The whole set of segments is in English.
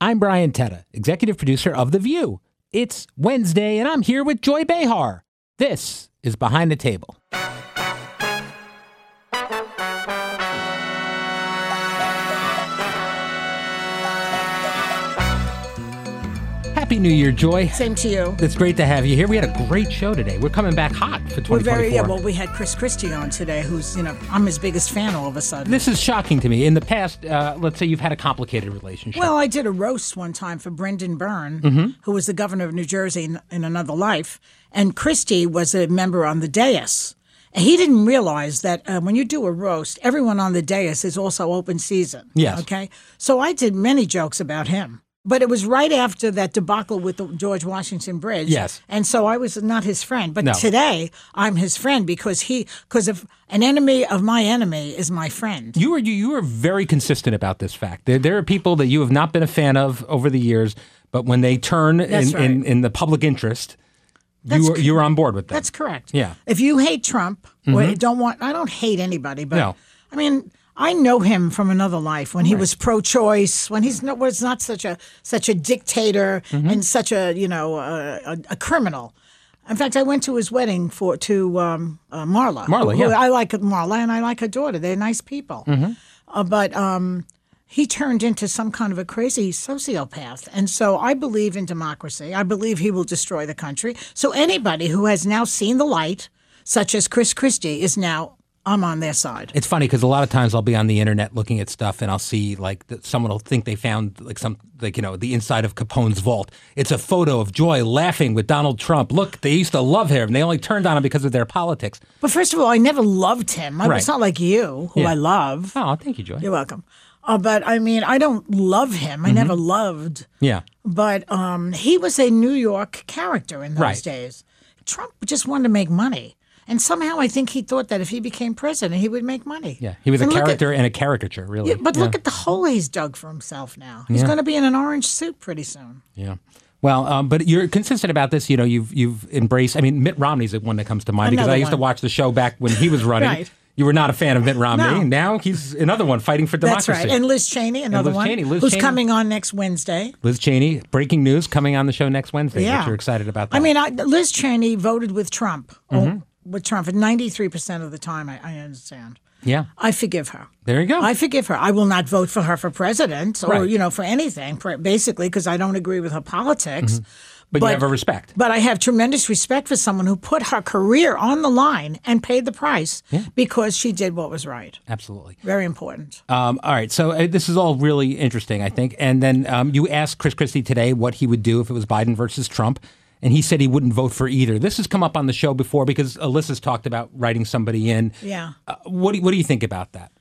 I'm Brian Tetta, executive producer of The View. It's Wednesday, and I'm here with Joy Behar. This is Behind the Table. Happy New Year, Joy. Same to you. It's great to have you here. We had a great show today. We're coming back hot for 2024. We're very yeah. Well, we had Chris Christie on today, who's you know I'm his biggest fan. All of a sudden, this is shocking to me. In the past, uh, let's say you've had a complicated relationship. Well, I did a roast one time for Brendan Byrne, Mm-hmm. who was the governor of New Jersey in, in another life, and Christie was a member on the dais. And He didn't realize that uh, when you do a roast, everyone on the dais is also open season. Yes. Okay. So I did many jokes about him. But it was right after that debacle with the George Washington Bridge. Yes. And so I was not his friend. But No. today I'm his friend because he, because if an enemy of my enemy is my friend. You were you, you were very consistent about this fact. There, there are people that you have not been a fan of over the years, but when they turn in, That's right. in, in the public interest, That's you were, you were on board with them. That's correct. Yeah. Mm-hmm. If you hate Trump, or don't want, I don't hate anybody, but No. I mean, I know him from another life when he was pro-choice, when he's not, was not such a such a dictator Mm-hmm. and such a you know a, a, a criminal. In fact, I went to his wedding for to um, uh, Marla. Marla, who- yeah. Mm-hmm. I like Marla and I like her daughter. They're nice people. Uh, but um, he turned into some kind of a crazy sociopath. And so I believe in democracy. I believe he will destroy the country. So anybody who has now seen the light, such as Chris Christie, is now, I'm on their side. It's funny because a lot of times I'll be on the internet looking at stuff and I'll see like that someone will think they found like some like you know the inside of Capone's vault. It's a photo of Joy laughing with Donald Trump. Look, they used to love him. They only turned on him because of their politics. But first of all, I never loved him. I- Right. It's not like you, who I love. Oh, thank you, Joy. You're welcome. Uh, but I mean, I don't love him. I Mm-hmm. never loved. Yeah. But um, he was a New York character in those Right. days. Trump just wanted to make money. And somehow I think he thought that if he became president, he would make money. Yeah, he was a And look at- character and a caricature, really. yeah, but look at the hole he's dug for himself now. He's going to be in an orange suit pretty soon. Yeah. Well, um, but you're consistent about this. You know, you've you've embraced. I mean, Mitt Romney's the one that comes to mind because Another I used to one. watch the show back when he was running. Right. You were not a fan of Mitt Romney. No. Now he's another one fighting for That's democracy. right. And Liz Cheney, another Liz one, Cheney, Liz who's Cheney. coming on next Wednesday. Liz Cheney, breaking news coming on the show next Wednesday. which Yeah. you're excited about that. Mm-hmm. I mean, I, Liz Cheney voted with Trump, oh, with Trump, and 93% of the time, I, I understand. yeah. I forgive her. There you go. I forgive her. I will not vote for her for president or, Oh. Right. you know, for anything, pr- basically, because I don't agree with her politics. Mm-hmm. but, you but- have a respect. But I have tremendous respect for someone who put her career on the line and paid the price because she did what was right. Absolutely. Very important. Um, all right. So uh, this is all really interesting, I think. And then um, you asked Chris Christie today what he would do if it was Biden versus Trump. And he said he wouldn't vote for either. This has come up on the show before because Alyssa's talked about writing somebody in. Yeah. Uh, what, do, what do you think about that?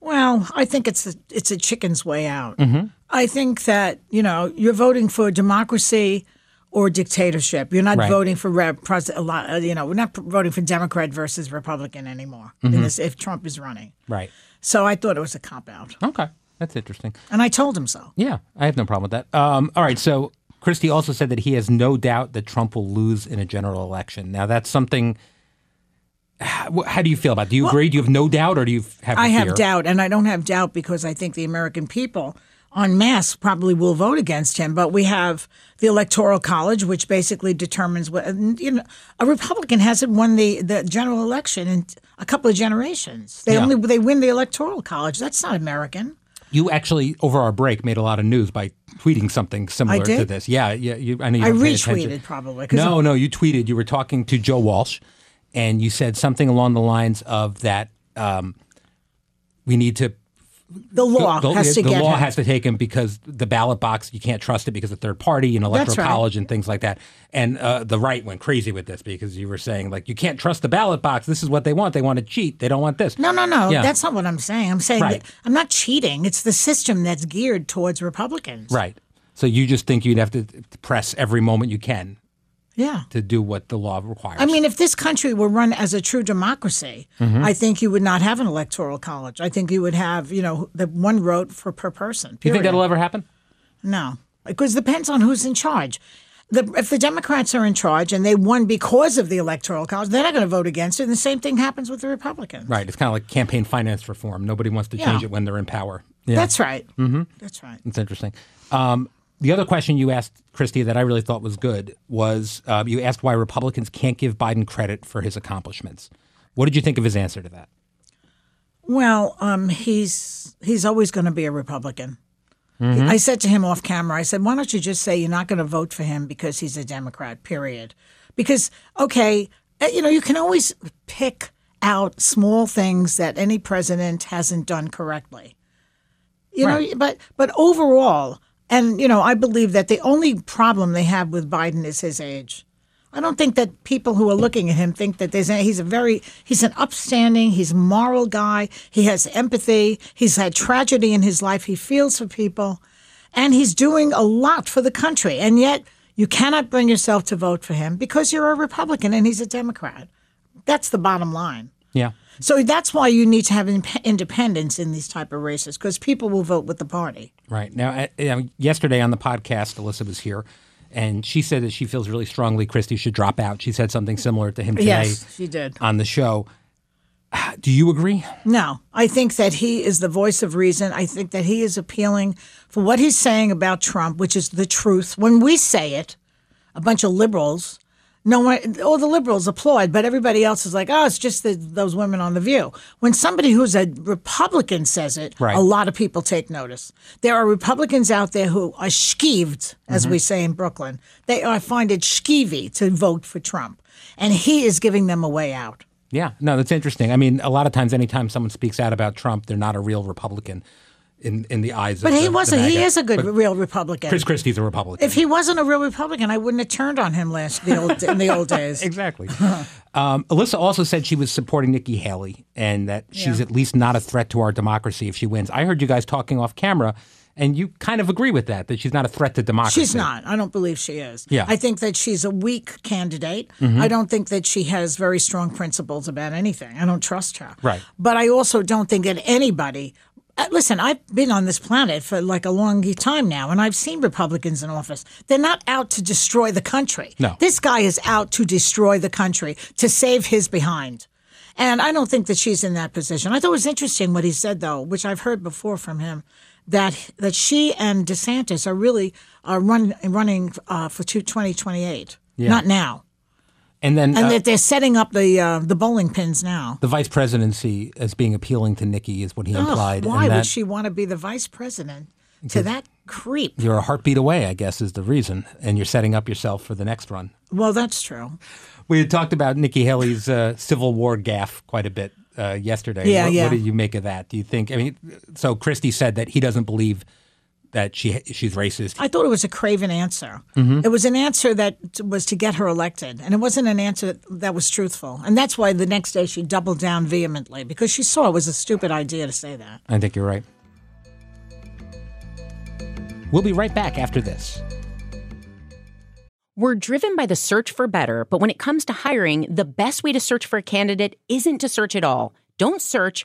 Well, I think it's a, it's a chicken's way out. Mm-hmm. I think that you know you're voting for democracy or dictatorship. You're not Right. voting for rep, pres, a lot, uh, you know we're not p- voting for Democrat versus Republican anymore. Mm-hmm. In this, if Trump is running, Right. so I thought it was a cop out, Okay. That's interesting. and I told him so. Yeah, I have no problem with that. Um, all right. So Christie also said that he has no doubt that Trump will lose in a general election. Now that's something. How, how do you feel about? it? Do you agree? Do you have no doubt, or do you have? I fear? have doubt, and I don't have doubt because I think the American people en masse probably will vote against him. But we have the Electoral College, which basically determines what and, you know. A Republican hasn't won the, the general election in a couple of generations. They Yeah. only they win the Electoral College. That's not American. You actually, over our break, made a lot of news by tweeting something similar to did? this. Yeah, yeah. You, I know you I don't pay attention. retweeted probably. 'cause No, no, you tweeted. You were talking to Joe Walsh, and you said something along the lines of that um, we need to the law the, has to the get law him. has to take him because the ballot box you can't trust it because of third party and electoral right. college and things like that. And uh, the right went crazy with this because you were saying like you can't trust the ballot box. This is what they want. They want to cheat. They don't want this. No, no, no. Yeah. That's not what I'm saying. I'm saying Right. that I'm not cheating. It's the system that's geared towards Republicans. Right. So you just think you'd have to press every moment you can Yeah. to do what the law requires. I mean, if this country were run as a true democracy, I think you would not have an electoral college. I think you would have, you know, the one vote for per person. do you think period. that'll ever happen? No, because it depends on who's in charge. The, if the Democrats are in charge and they won because of the electoral college, they're not going to vote against it. And the same thing happens with the Republicans. Right. It's kind of like campaign finance reform. Nobody wants to change Yeah. it when they're in power. That's right. Mm-hmm. That's right. It's interesting. Um, the other question you asked, Christie, that I really thought was good was uh, you asked why Republicans can't give Biden credit for his accomplishments. What did you think of his answer to that? Well, um, he's he's always going to be a Republican. I said to him off camera, I said, "Why don't you just say you're not going to vote for him because he's a Democrat?" Period. Because okay, uh, you know you can always pick out small things that any president hasn't done correctly. You know, but but overall, and you know, I believe that the only problem they have with Biden is his age. I don't think that people who are looking at him think that there's a, he's a very he's an upstanding, he's a moral guy, he has empathy, he's had tragedy in his life, he feels for people, and he's doing a lot for the country. And yet you cannot bring yourself to vote for him because you're a Republican and he's a Democrat. That's the bottom line. Yeah. So that's why you need to have in- independence in these type of races because people will vote with the party. Right now, I, you know, yesterday on the podcast, Alyssa was here, and she said that she feels really strongly Christie should drop out. She said something similar to him today she did. on the show. Do you agree? No, I think that he is the voice of reason. I think that he is appealing for what he's saying about Trump, which is the truth. When we say it, a bunch of liberals, no one, all the liberals applaud, but everybody else is like, oh, it's just the, those women on The View. When somebody who's a Republican says it, Right. a lot of people take notice. There are Republicans out there who are skeeved, as we say in Brooklyn. They are, find it skeevy to vote for Trump, and he is giving them a way out. Yeah, no, that's interesting. I mean, a lot of times, anytime someone speaks out about Trump, they're not a real Republican in in the eyes. But of he the- wasn't. The He MAGA. is a good, But real Republican. Chris Christie's a Republican. If he wasn't a real Republican, I wouldn't have turned on him last the old in the old days. exactly. um, Alyssa also said she was supporting Nikki Haley and that she's at least not a threat to our democracy if she wins. I heard you guys talking off camera, and you kind of agree with that—that she's not a threat to democracy. She's not. I don't believe she is. Yeah. Mm-hmm. I think that she's a weak candidate. I don't think that she has very strong principles about anything. I don't trust her. Right. But I also don't think that anybody. uh, Listen, I've been on this planet for like a long time now, and I've seen Republicans in office. They're not out to destroy the country. No. This guy is out to destroy the country, to save his behind. And I don't think that she's in that position. I thought it was interesting what he said, though, which I've heard before from him, that that she and DeSantis are really are run, running uh, for two- 2028, not now. And then And uh, that they're setting up the uh, the bowling pins now. the vice presidency as being appealing to Nikki is what he Ugh, implied. why and that would she want to be the vice president to that creep? You're a heartbeat away, I guess, is the reason, and you're setting up yourself for the next run. Well, that's true. We had talked about Nikki Haley's uh, Civil War gaffe quite a bit uh, yesterday. Yeah, what, yeah. What did you make of that? Do you think? I mean, so Christie said that he doesn't believe that she she's racist. I thought it was a craven answer. Mm-hmm. It was an answer that was to get her elected, and it wasn't an answer that was truthful. And that's why the next day she doubled down vehemently because she saw it was a stupid idea to say that. I think you're right. We'll be right back after this. We're driven by the search for better, but when it comes to hiring, the best way to search for a candidate isn't to search at all. Don't search,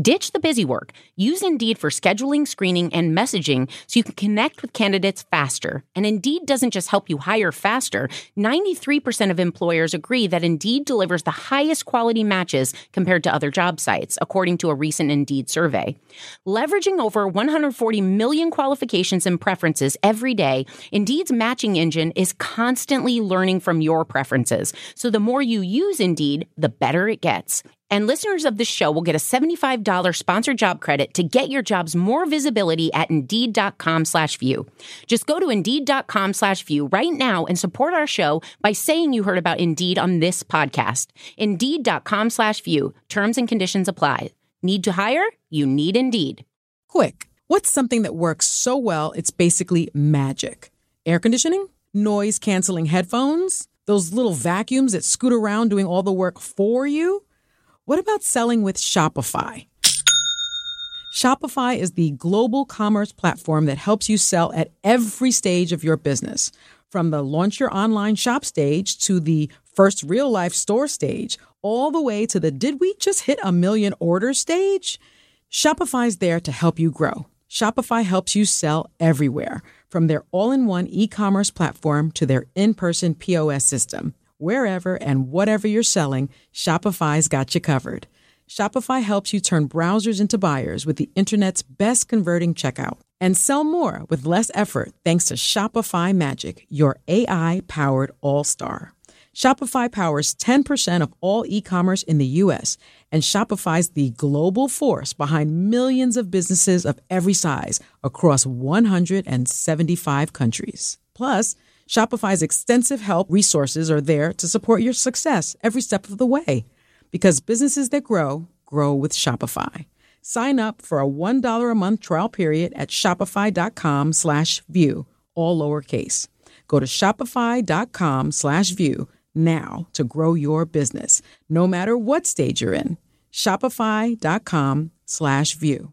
Ditch the busy work. Use Indeed for scheduling, screening, and messaging so you can connect with candidates faster. And Indeed doesn't just help you hire faster. 93% of employers agree that Indeed delivers the highest quality matches compared to other job sites, according to a recent Indeed survey. Leveraging over 140 million qualifications and preferences every day, Indeed's matching engine is constantly learning from your preferences. So the more you use Indeed, the better it gets. And listeners of this show will get a $75 sponsored job credit to get your jobs more visibility at Indeed.com slash view. Just go to Indeed.com slash view right now and support our show by saying you heard about Indeed on this podcast. Indeed.com slash view. Terms and conditions apply. Need to hire? You need Indeed. Quick, what's something that works so well it's basically magic? Air conditioning? Noise canceling headphones? Those little vacuums that scoot around doing all the work for you? What about selling with Shopify? Shopify is the global commerce platform that helps you sell at every stage of your business, from the launch your online shop stage to the first real life store stage, all the way to the did we just hit a million order stage? Shopify's there to help you grow. Shopify helps you sell everywhere, from their all-in-one e-commerce platform to their in-person POS system. Wherever and whatever you're selling, Shopify's got you covered. Shopify helps you turn browsers into buyers with the internet's best converting checkout and sell more with less effort thanks to Shopify Magic, your AI powered all star. Shopify powers 10% of all e commerce in the US, and Shopify's the global force behind millions of businesses of every size across 175 countries. Plus, Shopify's extensive help resources are there to support your success every step of the way because businesses that grow grow with Shopify. Sign up for a $1 a month trial period at shopify.com slash view, all lowercase. Go to shopify.com slash view now to grow your business, no matter what stage you're in. Shopify.com slash view.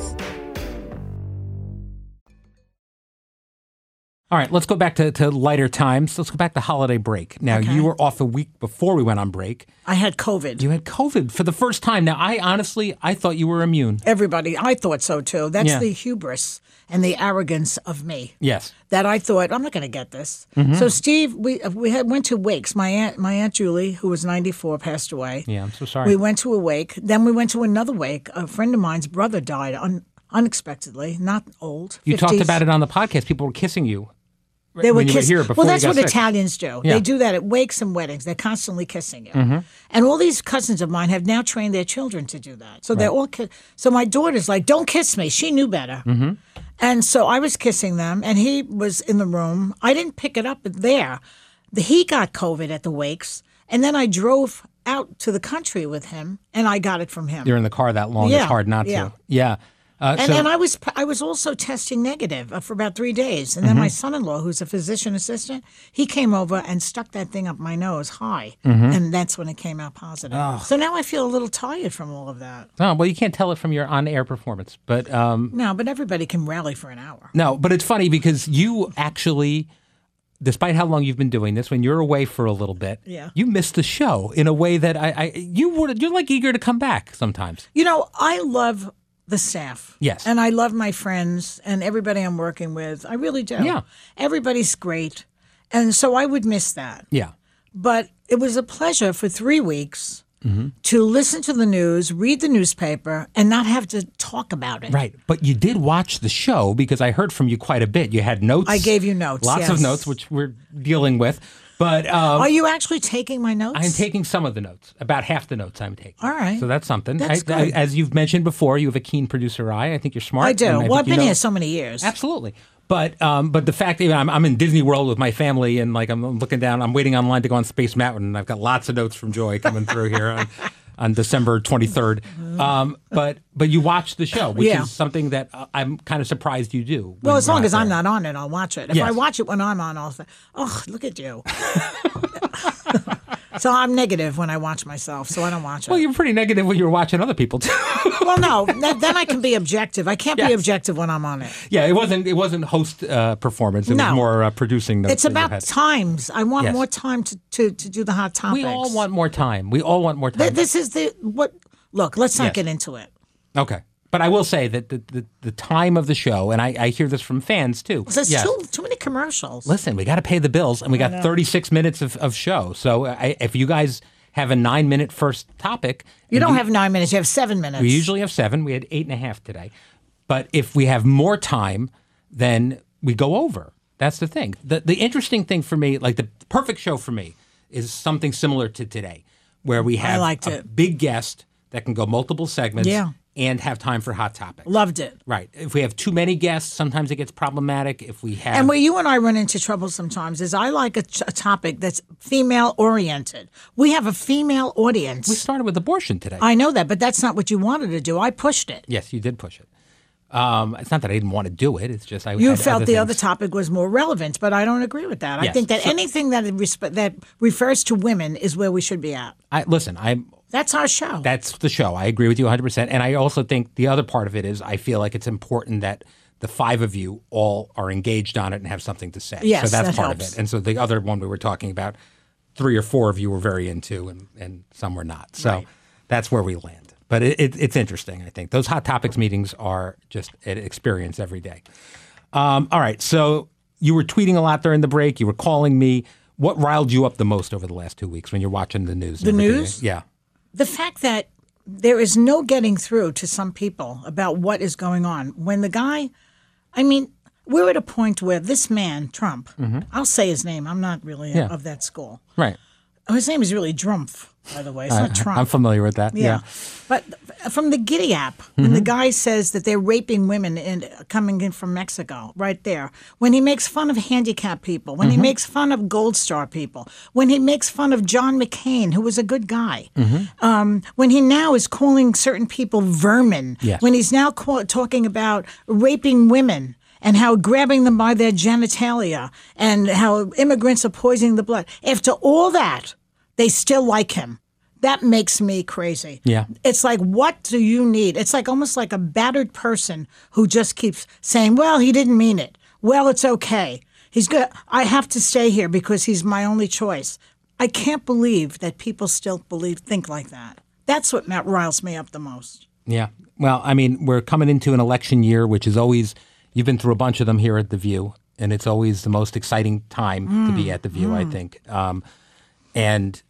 All right, let's go back to, to lighter times. Let's go back to holiday break. Now, you were off a week before we went on break. I had COVID. You had COVID for the first time. Now, I honestly, I thought you were immune. Everybody, I thought so too. That's Yeah. the hubris and the arrogance of me. Yes. that I thought I'm not going to get this. Mm-hmm. So Steve, we uh, we had, went to wakes. My aunt, my aunt Julie, who was 94, passed away. Yeah, I'm so sorry. We went to a wake. Then we went to another wake. A friend of mine's brother died un, unexpectedly. Not old. you talked 50s. about it on the podcast. People were kissing you. They when you were kiss- here before Well, you that's got what sick. Italians do. Yeah. Mm-hmm. They do that at wakes and weddings. They're constantly kissing you. And all these cousins of mine have now trained their children to do that. So they're all. Ki- so my daughter's like, "Don't kiss me." She knew better. Mm-hmm. And so I was kissing them, and he was in the room. I didn't pick it up there. He got COVID at the wakes, and then I drove out to the country with him, and I got it from him. You're in the car that long. It's Yeah, hard not yeah. to. Yeah. Uh, And so, then I was I was also testing negative uh, for about three days, and then Mm-hmm. my son-in-law, who's a physician assistant, he came over and stuck that thing up my nose high, Mm-hmm. and that's when it came out positive. So now I feel a little tired from all of that. oh, well, you can't tell it from your on-air performance, but um, No, but everybody can rally for an hour. No, but it's funny because you actually, despite how long you've been doing this, when you're away for a little bit, Yeah. you miss the show in a way that I, I you were you're like eager to come back sometimes. You know, I love the staff. Yes. and I love my friends and everybody I'm working with. I really do. Yeah. everybody's great, and so I would miss that. Yeah. but it was a pleasure for three weeks to listen to the news, read the newspaper, and not have to talk about it. Right. But you did watch the show because I heard from you quite a bit. You had notes. I gave you notes, Lots of yes. notes, which we're dealing with. But um, Are you actually taking my notes? I'm taking some of the notes, about half the notes I'm taking. All right. So that's something. That's I, I- good. as you've mentioned before, you have a keen producer eye. I think you're smart. I do. and well, I've think you been know- here so many years. Absolutely. But um, but the fact that I'm, I'm in Disney World with my family and like I'm looking down, I'm waiting online to go on Space Mountain, and I've got lots of notes from Joy coming through here on, on December 23rd. Um, but but you watch the show, which Yeah. is something that uh, I'm kind of surprised you do. Well, as long as I'm there. not on it, I'll watch it. If I Yes. watch it when I'm on, I'll say, oh, look at you. so I'm negative when I watch myself, so I don't watch it. Well, you're pretty negative when you're watching other people too. well, no, th- then I can be objective. I can't be objective when I'm on it. yeah, it wasn't it wasn't host uh, performance. It was No. more uh, producing. Notes It's that you about had. times. I want Yes. more time to, to, to do the hot topics. We all want more time. We all want more time. Th- this is the what look let's not Yes. get into it okay. But I will say that the, the, the time of the show, and I, I hear this from fans too. there's Yes. too, too many commercials listen, we got to pay the bills, and we got 36 minutes of, of show. So I, if you guys have a nine minute first topic, you don't have nine minutes you have seven minutes we usually have seven. We had eight and a half today, but if we have more time, then we go over. That's the thing. The the interesting thing for me, like the perfect show for me, is something similar to today, where we have liked a it. big guest that can go multiple segments. Yeah. and have time for hot topics. Loved it. Right. If we have too many guests, sometimes it gets problematic. If we have And where you and I run into trouble sometimes is I like a, t- a topic that's female oriented. We have a female audience. we started with abortion today. I know that, but that's not what you wanted to do. I pushed it. yes, you did push it. Um, it's not that I didn't want to do it. It's just I You had felt the other things. topic was more relevant, but I don't agree with that. I Yes. think that So- anything that resp- that refers to women is where we should be at. I, listen, I'm That's our show. that's the show. I agree with you 100%. And I also think the other part of it is I feel like it's important that the five of you all are engaged on it and have something to say. Yes, so that's that part helps. of it. And so the other one we were talking about, three or four of you were very into and, and some were not. So that's where we land. But it, it, it's interesting, I think. Those hot topics meetings are just an experience every day. Um, all right. So you were tweeting a lot during the break, you were calling me. What riled you up the most over the last two weeks when you're watching the news? and The everything? news? Yeah. the fact that there is no getting through to some people about what is going on when the guy i mean we're at a point where this man trump i'll say his name i'm not really Mm-hmm. Yeah. of that school Right. oh, his name is really drumpf by the way it's not trump I'm familiar with that. Yeah. yeah. But from the Giddy app, when Mm-hmm. the guy says that they're raping women in, coming in from Mexico, right there, when he makes fun of handicapped people, when he Mm-hmm. makes fun of Gold Star people, when he makes fun of John McCain, who was a good guy, Mm-hmm. um, when he now is calling certain people vermin, Yes. when he's now call, talking about raping women. And how grabbing them by their genitalia and how immigrants are poisoning the blood. After all that, they still like him. That makes me crazy. Yeah. It's like, what do you need? It's like almost like a battered person who just keeps saying, well, he didn't mean it. Well, it's okay. He's good. I have to stay here because he's my only choice. I can't believe that people still believe, think like that. That's what Matt riles me up the most. Yeah. Well, I mean, we're coming into an election year, which is always, you've been through a bunch of them here at The View, and it's always the most exciting time to Mm. be at The View, I think. Um, and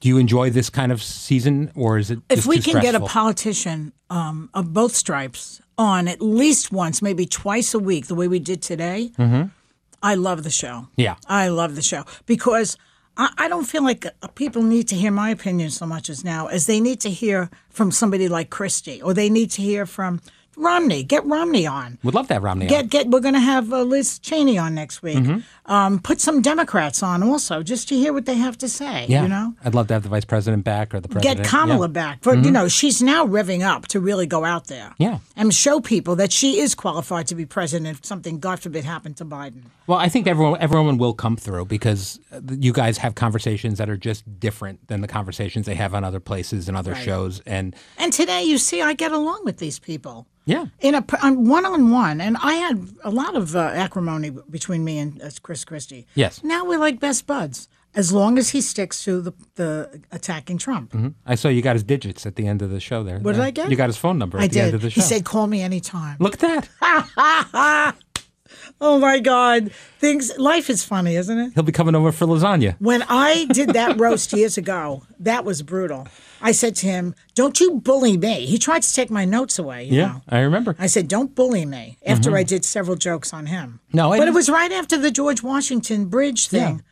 do you enjoy this kind of season, or is it If just we too can get a stressful? politician um, of both stripes on at least once, maybe twice a week, the way we did today, I love the show. Mm-hmm. Yeah. I love the show because I, I don't feel like uh, people need to hear my opinion so much as now as they need to hear from somebody like Christie or they need to hear from Romney. Get Romney on. Would love that, Romney. on. Get get. We're going to have uh, Liz Cheney on next week. Mm-hmm. Um, put some Democrats on also, just to hear what they have to say. yeah. You know, I'd love to have the vice president back or the president. get Kamala Yeah. Mm-hmm. back. For you know, she's now revving up to really go out there. Yeah. and show people that she is qualified to be president if something, God forbid, happened to Biden. Well, I think everyone everyone will come through because uh, you guys have conversations that are just different than the conversations they have on other places and other shows. And And today, you see, I get along with these people. yeah, in a one on one, and I had a lot of uh, acrimony b- between me and uh, Chris Christie. Yes. Now we're like best buds, as long as he sticks to the the attacking Trump. I saw you got his digits at the end of the show there. What did I get? You got his phone number at I the did. end of the show. He said, "Call me anytime." Look at that. Oh my God, things life is funny, isn't it? He'll be coming over for lasagna. When I did that roast years ago, that was brutal. I said to him, "Don't you bully me." He tried to take my notes away. You Yeah, Know? I remember. I said, "Don't bully me." After I did several jokes on him. No, I but it didn't- was right after the George Washington Bridge thing,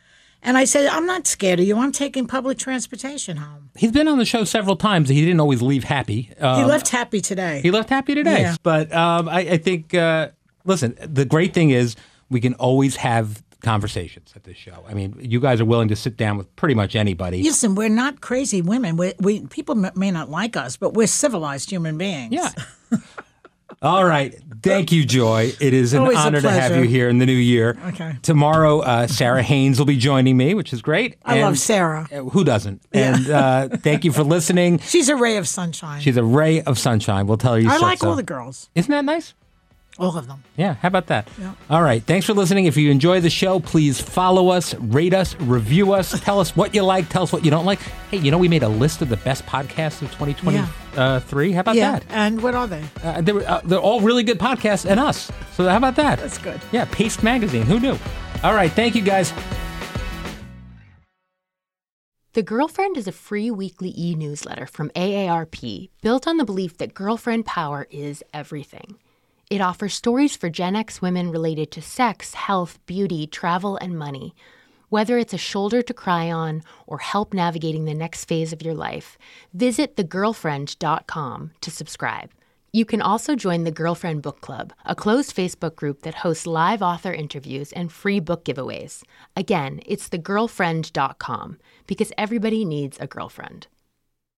and I said, "I'm not scared of you. I'm taking public transportation home." He's been on the show several times. He didn't always leave happy. Uh, He left happy today. he left happy today. Yeah. But um, I, I think, uh, listen, the great thing is we can always have conversations at this show. I mean, you guys are willing to sit down with pretty much anybody. Listen, we're not crazy women. We, we people m- may not like us, but we're civilized human beings. Yeah. All right. Thank you, Joy. It is an Always a honor to have pleasure. you here in the new year. Okay. Tomorrow, uh, Sarah Haynes will be joining me, which is great. I love Sarah. Uh, Who doesn't? And uh, thank you for listening. She's a ray of sunshine. She's a ray of sunshine. We'll tell you. I so- like so. all the girls, Isn't that nice? all of them. Yeah, how about that? All right, thanks for listening. If you enjoy the show, please follow us, rate us, review us, tell us what you like, tell us what you don't like. Hey, you know, we made a list of the best podcasts of 2023. Uh, three. how about yeah. that? And what are they? Uh, they were, uh, they're all really good podcasts and us. So, how about that? That's good. Yeah, Paste Magazine. Who knew? All right, thank you guys. The Girlfriend is a free weekly e newsletter from AARP built on the belief that girlfriend power is everything. It offers stories for Gen X women related to sex, health, beauty, travel, and money. Whether it's a shoulder to cry on or help navigating the next phase of your life, visit thegirlfriend.com to subscribe. You can also join the Girlfriend Book Club, a closed Facebook group that hosts live author interviews and free book giveaways. Again, it's thegirlfriend.com because everybody needs a girlfriend.